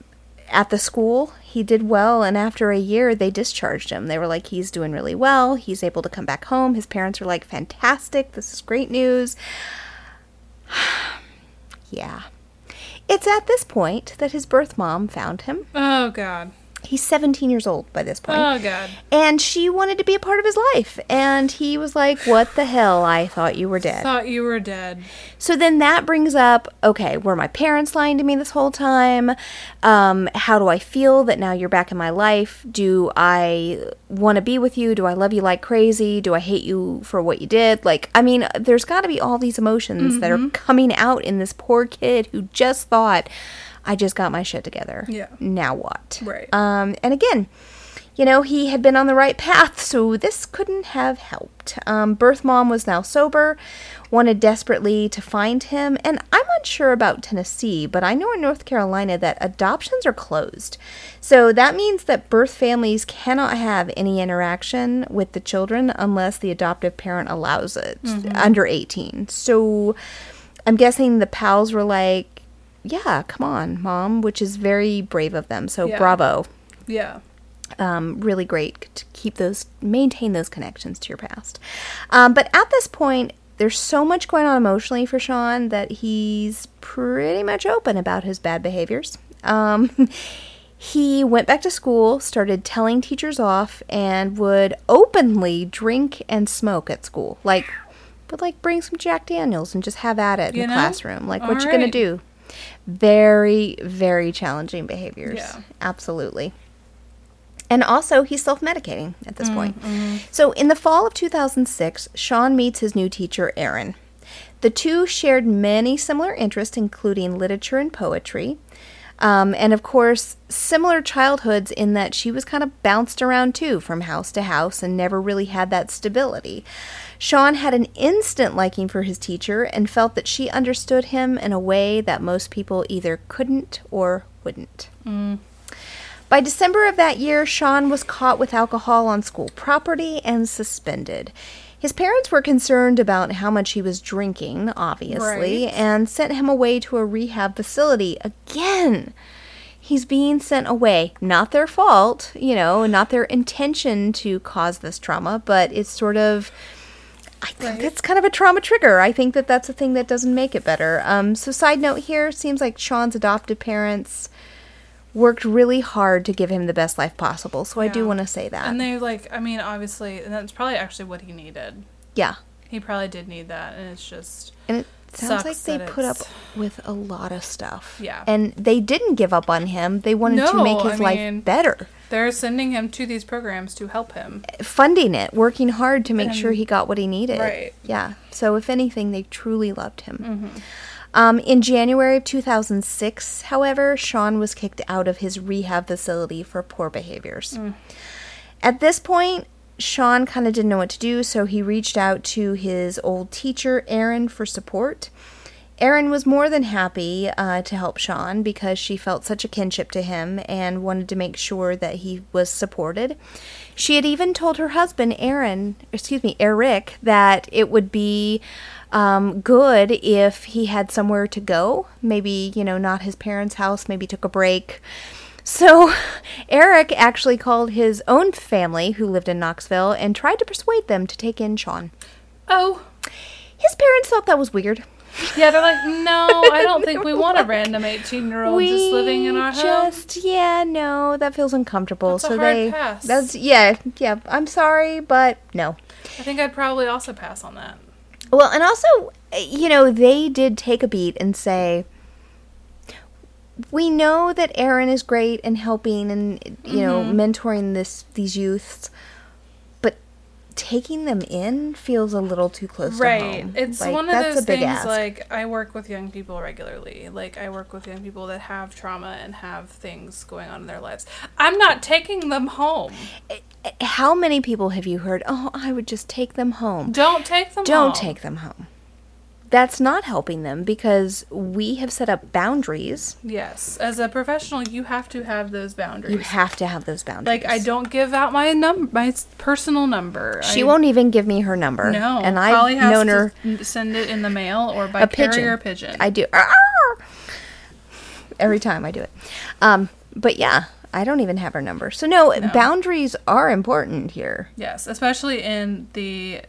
S3: at the school he did well and after a year they discharged him they were like he's doing really well he's able to come back home his parents were like fantastic this is great news yeah it's at this point that his birth mom found him
S2: Oh god.
S3: he's 17 years old by this point
S2: Oh god.
S3: and she wanted to be a part of his life and he was like what the hell i thought you were dead
S2: Thought you were dead.
S3: so then that brings up okay, were my parents lying to me this whole time? Um, how do I feel that now you're back in my life? Do I want to be with you? Do I love you like crazy? Do I hate you for what you did? Like, I mean, there's got to be all these emotions that
S2: Mm-hmm.
S3: are coming out in this poor kid who just thought, I just got my shit together.
S2: Yeah.
S3: Now what?
S2: Right.
S3: Um, and again, you know, he had been on the right path, so this couldn't have helped. Um, birth mom was now sober, wanted desperately to find him, and I'm unsure about Tennessee, but I know in North Carolina that adoptions are closed. So that means that birth families cannot have any interaction with the children unless the adoptive parent allows it under 18. So I'm guessing the pals were like, yeah, come on, mom, which is very brave of them. So
S2: Yeah.
S3: bravo
S2: Yeah.
S3: um, really great to keep those maintain those connections to your past um, but at this point there's so much going on emotionally for sean that he's pretty much open about his bad behaviors um, he went back to school started telling teachers off and would openly drink and smoke at school like but like bring some jack daniels and just have at it in
S2: You
S3: the
S2: know?
S3: classroom like what
S2: All
S3: you gonna
S2: right.
S3: do very very challenging behaviors
S2: Yeah.
S3: absolutely And also, he's self medicating at this point. So, in the fall of 2006, Sean meets his new teacher, Aaron. The two shared many similar interests, including literature and poetry. Um, and of course, similar childhoods in that she was kind of bounced around too, from house to house, and never really had that stability. Sean had an instant liking for his teacher and felt that she understood him in a way that most people either couldn't or wouldn't. By December of that year, Sean was caught with alcohol on school property and suspended. His parents were concerned about how much he was drinking, obviously,
S2: Right.
S3: and sent him away to a rehab facility again. He's being sent away. Not their fault, you know, not their intention to cause this trauma, but it's sort of. I think
S2: Right.
S3: that's kind of a trauma trigger. I think that that's a thing that doesn't make it better. Um, so, side note here seems like Sean's adopted parents worked really hard to give him the best life possible. So I do
S2: Yeah.
S3: want to say that.
S2: And they like, I mean, obviously, and that's probably actually what he needed.
S3: yeah.
S2: He probably did need that, and it's just
S3: And it sounds
S2: Sucks
S3: like they
S2: that
S3: put up
S2: it's-
S3: with a lot of stuff.
S2: Yeah.
S3: And they didn't give up on him. They wanted to make
S2: No,
S3: his
S2: I mean-
S3: life better.
S2: they're sending him to these programs to help him.
S3: Funding it, working hard to make sure
S2: And-
S3: he got what he needed.
S2: Right. Mm-hmm.
S3: Yeah. So if anything, they truly loved him. Um, in January of 2006, however, Sean was kicked out of his rehab facility for poor behaviors.
S2: Mm.
S3: At this point, Sean kind of didn't know what to do, so he reached out to his old teacher, Erin, for support. Erin was more than happy uh, to help Sean because she felt such a kinship to him and wanted to make sure that he was supported. She had even told her husband, Aaron, excuse me, Eric, that it would be um, good if he had somewhere to go. Maybe, you know, not his parents' house, maybe took a break. So, Eric actually called his own family who lived in Knoxville and tried to persuade them to take in Sean.
S2: Oh,
S3: His parents thought that was weird.
S2: yeah, they're like, no, I don't think we want a random eighteen-year-old just living in our house.
S3: just yeah, no, that feels uncomfortable.
S2: That's a
S3: so
S2: hard
S3: they
S2: pass.
S3: that's yeah, yeah. I'm sorry, but no.
S2: I think I'd probably also pass on that.
S3: Well, and also, uh, you know, they did take a beat and say, "We know that Aaron is great in helping and you know
S2: Mm-hmm.
S3: mentoring this these youths, but taking them in feels a little too close to
S2: Right.
S3: home.
S2: It's
S3: Like,
S2: one of
S3: that's a
S2: those
S3: big
S2: things
S3: ask.
S2: like I work with young people regularly. Like I work with young people that have trauma and have things going on in their lives. I'm not taking them home.
S3: Eh, how many people have you heard? Oh, I would just take them home.
S2: Don't take them home.
S3: Don't take them home. That's not helping them because we have set up boundaries.
S2: Yes. As a professional, you have to have those boundaries.
S3: You have to have those boundaries.
S2: like I don't give out my number, my s- personal number.
S3: She
S2: I-
S3: won't even give me her number.
S2: No.
S3: and I've
S2: Polly has
S3: known
S2: to
S3: her
S2: s- send it in the mail or by
S3: a
S2: carrier
S3: pigeon.
S2: pigeon.
S3: I do. Arr! Every time I do it. Um, but yeah, I don't even have her number. So no, boundaries are important here.
S2: Yes, especially in the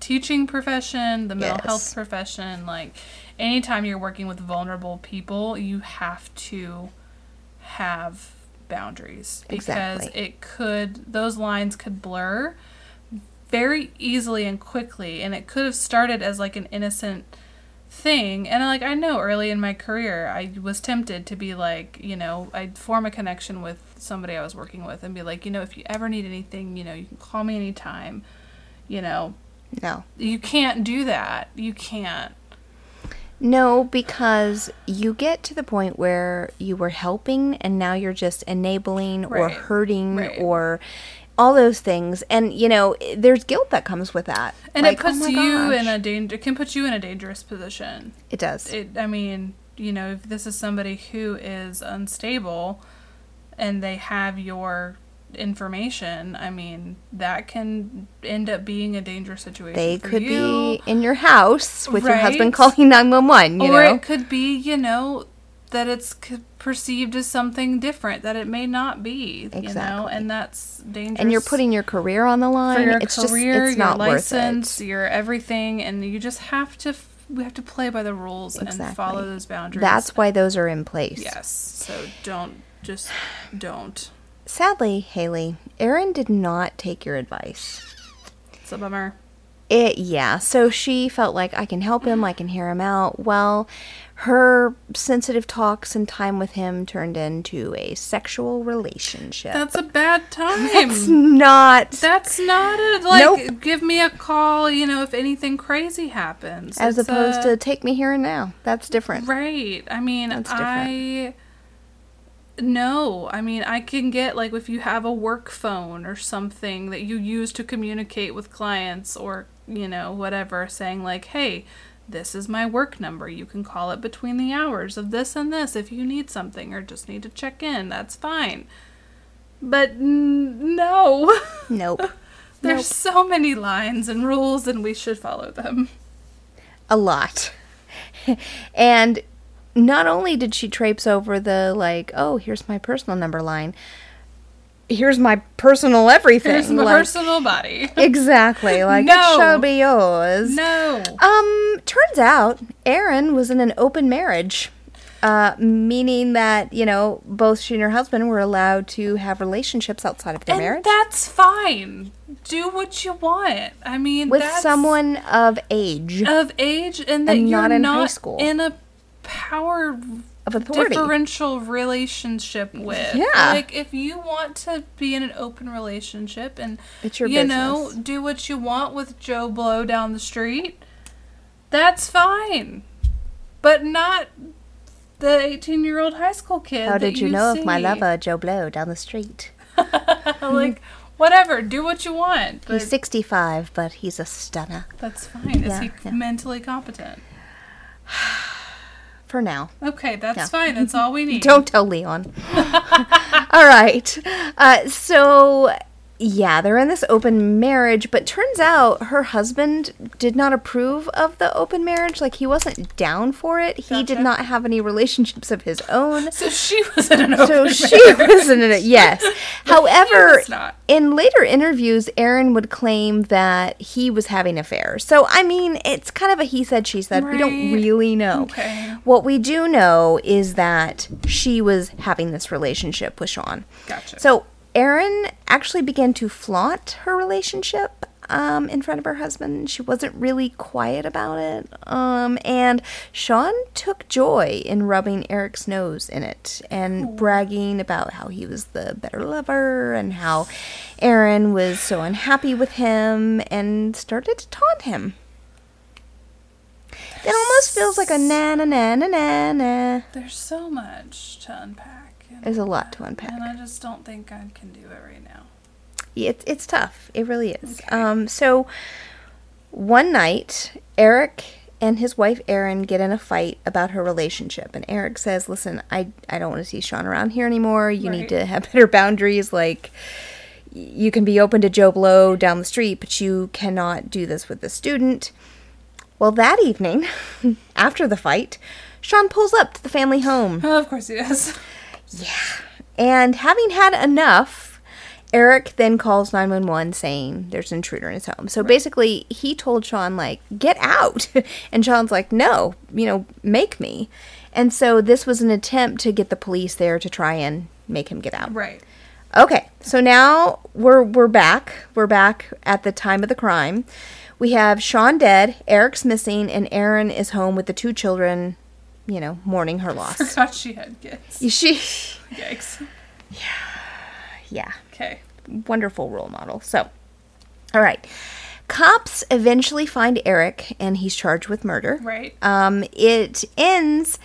S2: teaching profession, the mental
S3: Yes.
S2: health profession, like anytime you're working with vulnerable people, you have to have boundaries because
S3: Exactly.
S2: it could those lines could blur very easily and quickly and it could have started as like an innocent thing and like I know early in my career I was tempted to be like, you know, I'd form a connection with somebody I was working with and be like, you know, if you ever need anything, you know, you can call me anytime. You know,
S3: No.
S2: you can't do that. You can't.
S3: No, because you get to the point where you were helping and now you're just enabling or
S2: Right.
S3: hurting
S2: Right.
S3: or all those things. And, you know, i- there's guilt that comes with that.
S2: And
S3: Like,
S2: it
S3: oh
S2: puts
S3: my
S2: you in
S3: gosh.
S2: a danger it can put you in a dangerous position.
S3: It does.
S2: It I mean, you know, if this is somebody who is unstable and they have your information, I mean, that can end up being a dangerous situation.
S3: they
S2: for
S3: could
S2: you.
S3: be in your house with your husband
S2: Right.
S3: calling 911, you
S2: or
S3: know?
S2: it could be, you know, that it's c- perceived as something different that it may not be, you know,
S3: Exactly.
S2: and that's dangerous.
S3: and you're putting your career on the
S2: for
S3: line.
S2: your
S3: it's
S2: career,
S3: just, it's not
S2: your
S3: worth
S2: license,
S3: it.
S2: your everything, and you just have to. F- we have to play by the rules and follow
S3: Exactly.
S2: those boundaries.
S3: That's why those are in place.
S2: yes. So don't just don't.
S3: Sadly, Haley, Aaron did not take your advice.
S2: It's a bummer.
S3: It yeah. So she felt like I can help him, I can hear him out. Well, her sensitive talks and time with him turned into a sexual relationship.
S2: That's a bad time.
S3: It's not
S2: That's not it. Like,
S3: Nope.
S2: give me a call, you know, if anything crazy happens.
S3: as
S2: It's
S3: opposed
S2: a-
S3: to take me here and now. That's different.
S2: Right. I mean,
S3: That's different.
S2: I. No, I mean, I can get, like, if you have a work phone or something that you use to communicate with clients or, you know, whatever, saying, like, hey, this is my work number. You can call it between the hours of this and this if you need something or just need to check in. That's fine. But n- no.
S3: Nope.
S2: There's
S3: Nope.
S2: so many lines and rules, and we should follow them.
S3: a lot. and not only did she traipse over the like, oh, here's my personal number line. Here's my personal everything.
S2: There's my
S3: like-
S2: personal body.
S3: Exactly. Like
S2: No.
S3: it shall be yours.
S2: No.
S3: Um, turns out Aaron was in an open marriage, uh, meaning that you know both she and her husband were allowed to have relationships outside of their
S2: And
S3: marriage
S2: that's fine. Do what you want. I mean,
S3: with
S2: that's
S3: someone of age
S2: of age and that
S3: and
S2: you're
S3: not in high
S2: not
S3: school.
S2: in a power
S3: of authority.
S2: differential relationship with.
S3: Yeah.
S2: Like if you want to be in an open relationship and
S3: It's your
S2: you know,
S3: business.
S2: do what you want with Joe Blow down the street, that's fine. But not the 18-year-old high school kid.
S3: How
S2: that
S3: did you, know of my
S2: see.
S3: lover, Joe Blow, down the street?
S2: like whatever, do what you want. But
S3: He's 65, but he's a stunner
S2: That's fine. Is
S3: Yeah,
S2: he
S3: yeah.
S2: mentally competent?
S3: for now.
S2: Okay, that's
S3: Yeah.
S2: fine. That's all we need.
S3: Don't tell Leon. All right. Uh, so, yeah, they're in this open marriage, but turns out her husband did not approve of the open marriage. Like, he wasn't down for it. He did
S2: Gotcha.
S3: not have any relationships of his own.
S2: So she was in an
S3: So
S2: open
S3: she was in it, yes. However,
S2: was not.
S3: in later interviews, Aaron would claim that he was having affairs. So, I mean, it's kind of a he said, she said. We don't
S2: Right.
S3: really know.
S2: Okay.
S3: What we do know is that she was having this relationship with Sean.
S2: Gotcha.
S3: So, Aaron actually began to flaunt her relationship. Um, in front of her husband, she wasn't really quiet about it. Um, and Sean took joy in rubbing Eric's nose in it and bragging about how he was the better lover and how Aaron was so unhappy with him and started to taunt him. It almost feels like a na na na na na na.
S2: There's so much to unpack. and-
S3: There's a lot to unpack.
S2: And I just don't think I can do it right now.
S3: It's it's tough. It really is.
S2: Okay.
S3: Um, so one night, Eric and his wife Erin get in a fight about her relationship, and Eric says, "Listen, I I don't want to see Sean around here anymore. You need
S2: Right.
S3: to have better boundaries. Like." y- You can be open to Joe Blow down the street, but you cannot do this with the student. Well, that evening, after the fight, Sean pulls up to the family home.
S2: Oh, of course he does.
S3: And having had enough, Eric then calls 911 saying there's an intruder in his home. So basically, he told Sean, like, get out. And Sean's like, no, you know, make me. And so this was an attempt to get the police there to try and make him get out.
S2: Right.
S3: Okay, so now we're we're back. We're back at the time of the crime. We have Sean dead, Eric's missing, and Aaron is home with the two children, you know, mourning her loss.
S2: Forgot she had kids.
S3: She
S2: Yikes.
S3: yeah.
S2: Okay.
S3: wonderful role model. So, all right. Cops eventually find Eric and he's charged with murder.
S2: Right.
S3: Um, it ends.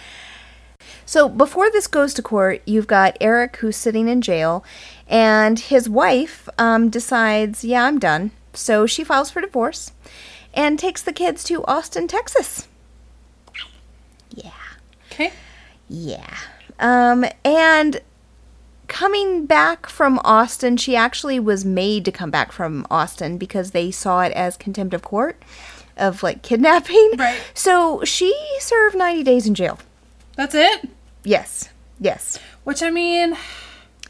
S3: So, before this goes to court, you've got Eric who's sitting in jail and his wife um, decides, yeah, I'm done. So, she files for divorce and takes the kids to Austin, Texas. Yeah.
S2: Okay.
S3: Yeah. Um, and coming back from Austin, she actually was made to come back from Austin because they saw it as contempt of court of like kidnapping.
S2: Right.
S3: So she served 90 days in jail.
S2: That's it.
S3: Yes. Yes.
S2: Which I mean,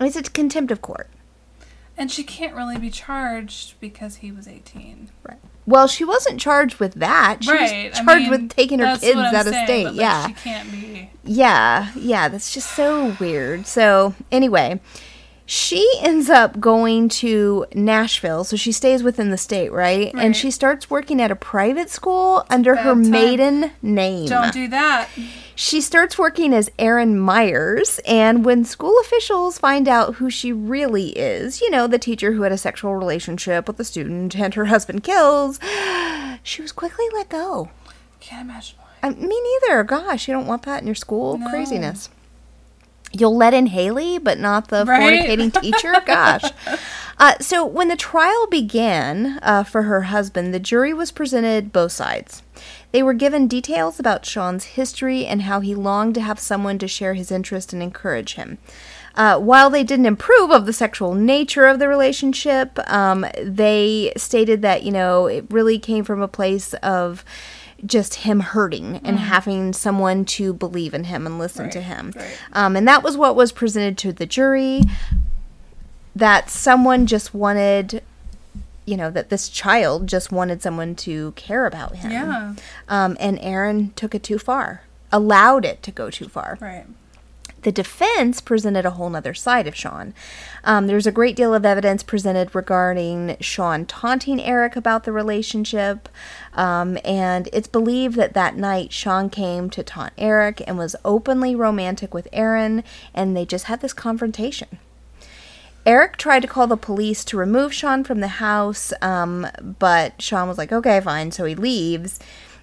S3: It's a contempt of court.
S2: and she can't really be charged because he was 18.
S3: Right. Well, she wasn't charged with that. She
S2: right.
S3: was
S2: I
S3: charged
S2: mean,
S3: with taking her
S2: that's
S3: kids
S2: what I'm
S3: out of
S2: saying,
S3: state.
S2: but, like,
S3: yeah.
S2: She can't be.
S3: Yeah, yeah, that's just so weird. So, anyway, She ends up going to Nashville, so she stays within the state, right? And
S2: Right.
S3: she starts working at a private school under her
S2: Bad time.
S3: maiden name.
S2: Don't do that.
S3: She starts working as Erin Myers, and when school officials find out who she really is, you know, the teacher who had a sexual relationship with a student and her husband kills, she was quickly let go.
S2: Can't imagine why.
S3: I, me neither. Gosh, you don't want that in your school craziness. You'll let in Haley, but not the
S2: Right?
S3: fornicating teacher. Gosh. Uh, so when the trial began uh, for her husband, the jury was presented both sides. They were given details about Sean's history and how he longed to have someone to share his interest and encourage him. Uh, while they didn't approve of the sexual nature of the relationship, um, they stated that, you know, it really came from a place of just him hurting and having someone to believe in him and listen to
S2: Mm. Right,
S3: him.
S2: right.
S3: Um, and that was what was presented to the jury that someone just wanted, you know, that this child just wanted someone to care about him.
S2: Yeah.
S3: Um, and Aaron took it too far, allowed it to go too far
S2: Right.
S3: the defense presented a whole nother side of Sean. Um, there's a great deal of evidence presented regarding Sean taunting Eric about the relationship, um, and it's believed that that night Sean came to taunt Eric and was openly romantic with Aaron, and they just had this confrontation. Eric tried to call the police to remove Sean from the house, um, but Sean was like, okay, fine. So he leaves.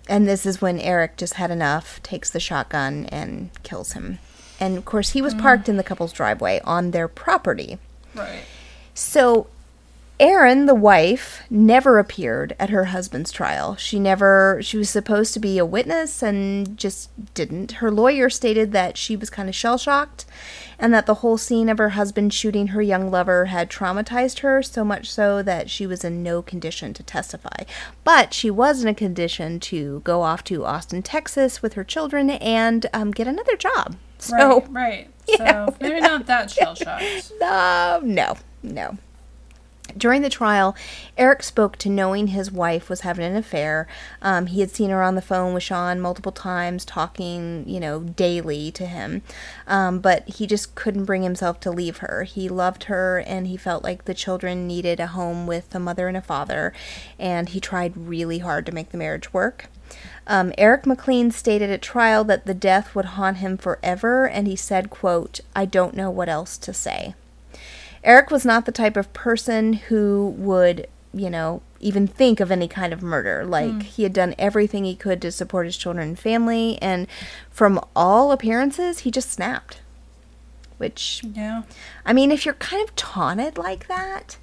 S3: And this is when Eric just had enough, takes the shotgun, and kills him. And of course, he was parked in the couple's driveway on their property.
S2: Right.
S3: So, Erin, the wife, never appeared at her husband's trial. She never, she was supposed to be a witness and just didn't. Her lawyer stated that she was kind of shell shocked and that the whole scene of her husband shooting her young lover had traumatized her so much so that she was in no condition to testify. But she was in a condition to go off to Austin, Texas with her children and um, get another job. So,
S2: Right. Right. So maybe not that shell shocked.
S3: no, no, no. During the trial, Eric spoke to knowing his wife was having an affair. Um, he had seen her on the phone with Sean multiple times, talking, you know, daily to him. Um, but he just couldn't bring himself to leave her. He loved her, and he felt like the children needed a home with a mother and a father. And he tried really hard to make the marriage work. Um, Eric McLean stated at trial that the death would haunt him forever, and he said, quote, I don't know what else to say. Eric was not the type of person who would, you know, even think of any kind of murder. Like, he had done everything he could to support his children and family, and from all appearances, he just snapped. Which,
S2: Yeah.
S3: I mean, if you're kind of taunted like that,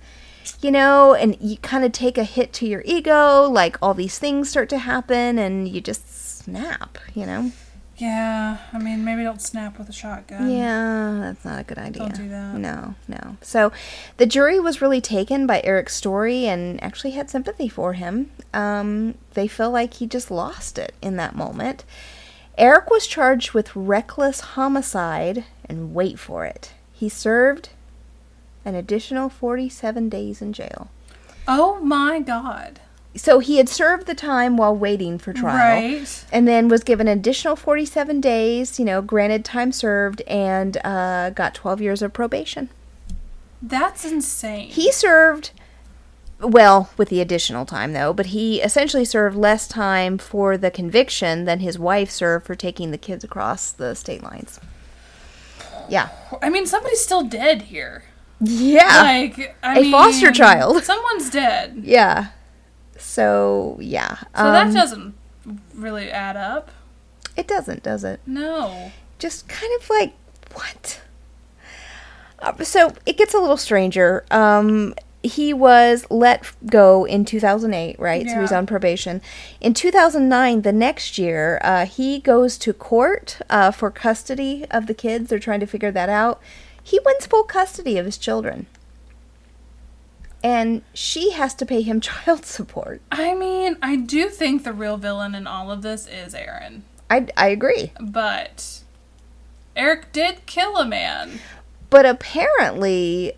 S3: you know, and you kind of take a hit to your ego, like all these things start to happen and you just snap, you know?
S2: Yeah. I mean, maybe don't snap with a shotgun.
S3: Yeah, that's not a good idea.
S2: do that.
S3: No, no. So the jury was really taken by Eric's story and actually had sympathy for him. Um, they feel like he just lost it in that moment. Eric was charged with reckless homicide, and wait for it. He served an additional 47 days in jail.
S2: Oh my God.
S3: So he had served the time while waiting for trial
S2: Right.
S3: and then was given an additional 47 days, you know, granted time served, and uh, got 12 years of probation.
S2: That's insane.
S3: He served, well, with the additional time though, but he essentially served less time for the conviction than his wife served for taking the kids across the state lines. Yeah.
S2: I mean, somebody's still dead here.
S3: Yeah.
S2: Like I
S3: A foster
S2: mean,
S3: child.
S2: Someone's dead.
S3: Yeah. So, yeah.
S2: So
S3: um,
S2: that doesn't really add up.
S3: it doesn't, does it?
S2: No.
S3: just kind of like what Uh, so it gets a little stranger um he was let f- go in 2008 right so he's
S2: Yeah.
S3: on probation in 2009 the next year uh, he goes to court uh, for custody of the kids they're trying to figure that out he wins full custody of his children and she has to pay him child support
S2: I mean, I do think the real villain in all of this is Aaron,
S3: i, I agree
S2: but Eric did kill a man.
S3: but apparently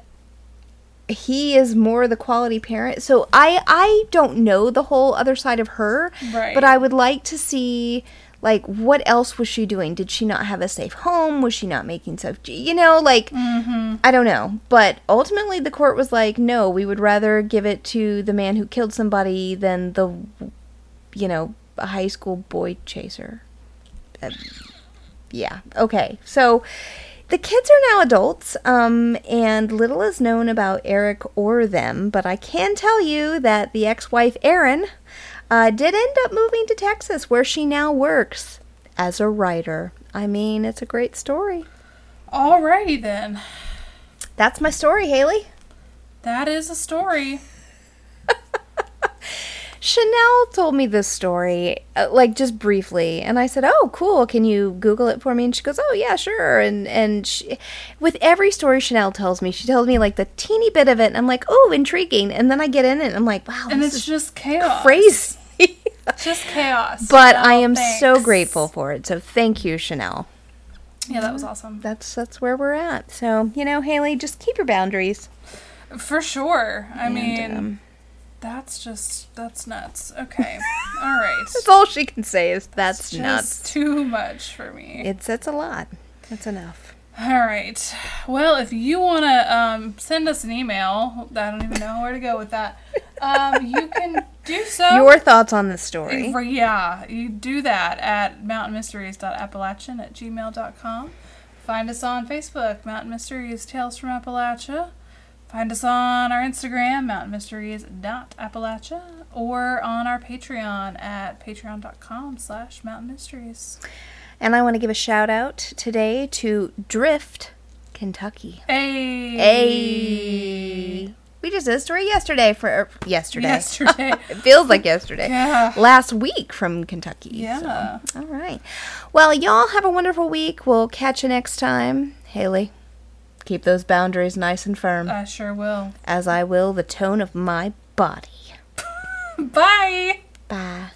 S3: he is more the quality parent so i i don't know the whole other side of her
S2: Right.
S3: but i would like to see Like, what else was she doing? Did she not have a safe home? Was she not making safe? You know, like, I don't know. But ultimately, the court was like, no, we would rather give it to the man who killed somebody than the, you know, a high school boy chaser. Uh, yeah. Okay. So the kids are now adults, um, and little is known about Eric or them, but I can tell you that the ex wife, Erin, uh, did end up moving to Texas, where she now works as a writer. I mean, it's a great story.
S2: Alrighty then.
S3: That's my story, Haley.
S2: That is a story.
S3: Chanel told me this story, uh, like just briefly, and I said, "Oh, cool. Can you Google it for me?" And she goes, "Oh, yeah, sure." And and she, with every story Chanel tells me, she tells me like the teeny bit of it, and I'm like, "Oh, intriguing." And then I get in it, and I'm like, "Wow,
S2: And
S3: this
S2: it's
S3: is
S2: just chaos.
S3: crazy."
S2: Just chaos.
S3: but
S2: No,
S3: I am so
S2: thanks.
S3: grateful for it. So thank you, Chanel.
S2: Yeah, that was awesome.
S3: That's that's where we're at. So you know, Haley, just keep your boundaries.
S2: For sure. I mean,
S3: um,
S2: that's just that's nuts. Okay. All right.
S3: That's all she can say is that's
S2: just
S3: nuts.
S2: too much for me.
S3: It's that's a lot. That's enough.
S2: All right. Well, if you want to um, send us an email, I don't even know where to go with that. Um, you can do so.
S3: Your thoughts on this story?
S2: Yeah, you do that at mountainmysteries.appalachian at gmail.com. Find us on Facebook, Mountain Mysteries Tales from Appalachia. Find us on our Instagram, mountainmysteries.appalachia, or on our Patreon at patreon.com slash mountainmysteries.
S3: And I want to give a shout out today to Drift, Kentucky.
S2: Hey!
S3: Hey. We just did a story yesterday for er, yesterday.
S2: Yesterday.
S3: it feels like yesterday.
S2: Yeah.
S3: Last week from Kentucky. so.
S2: Yeah.
S3: All right. Well, y'all have a wonderful week. We'll catch you next time. Haley, keep those boundaries nice and firm,
S2: I sure will.
S3: as I will the tone of my body.
S2: Bye!
S3: Bye.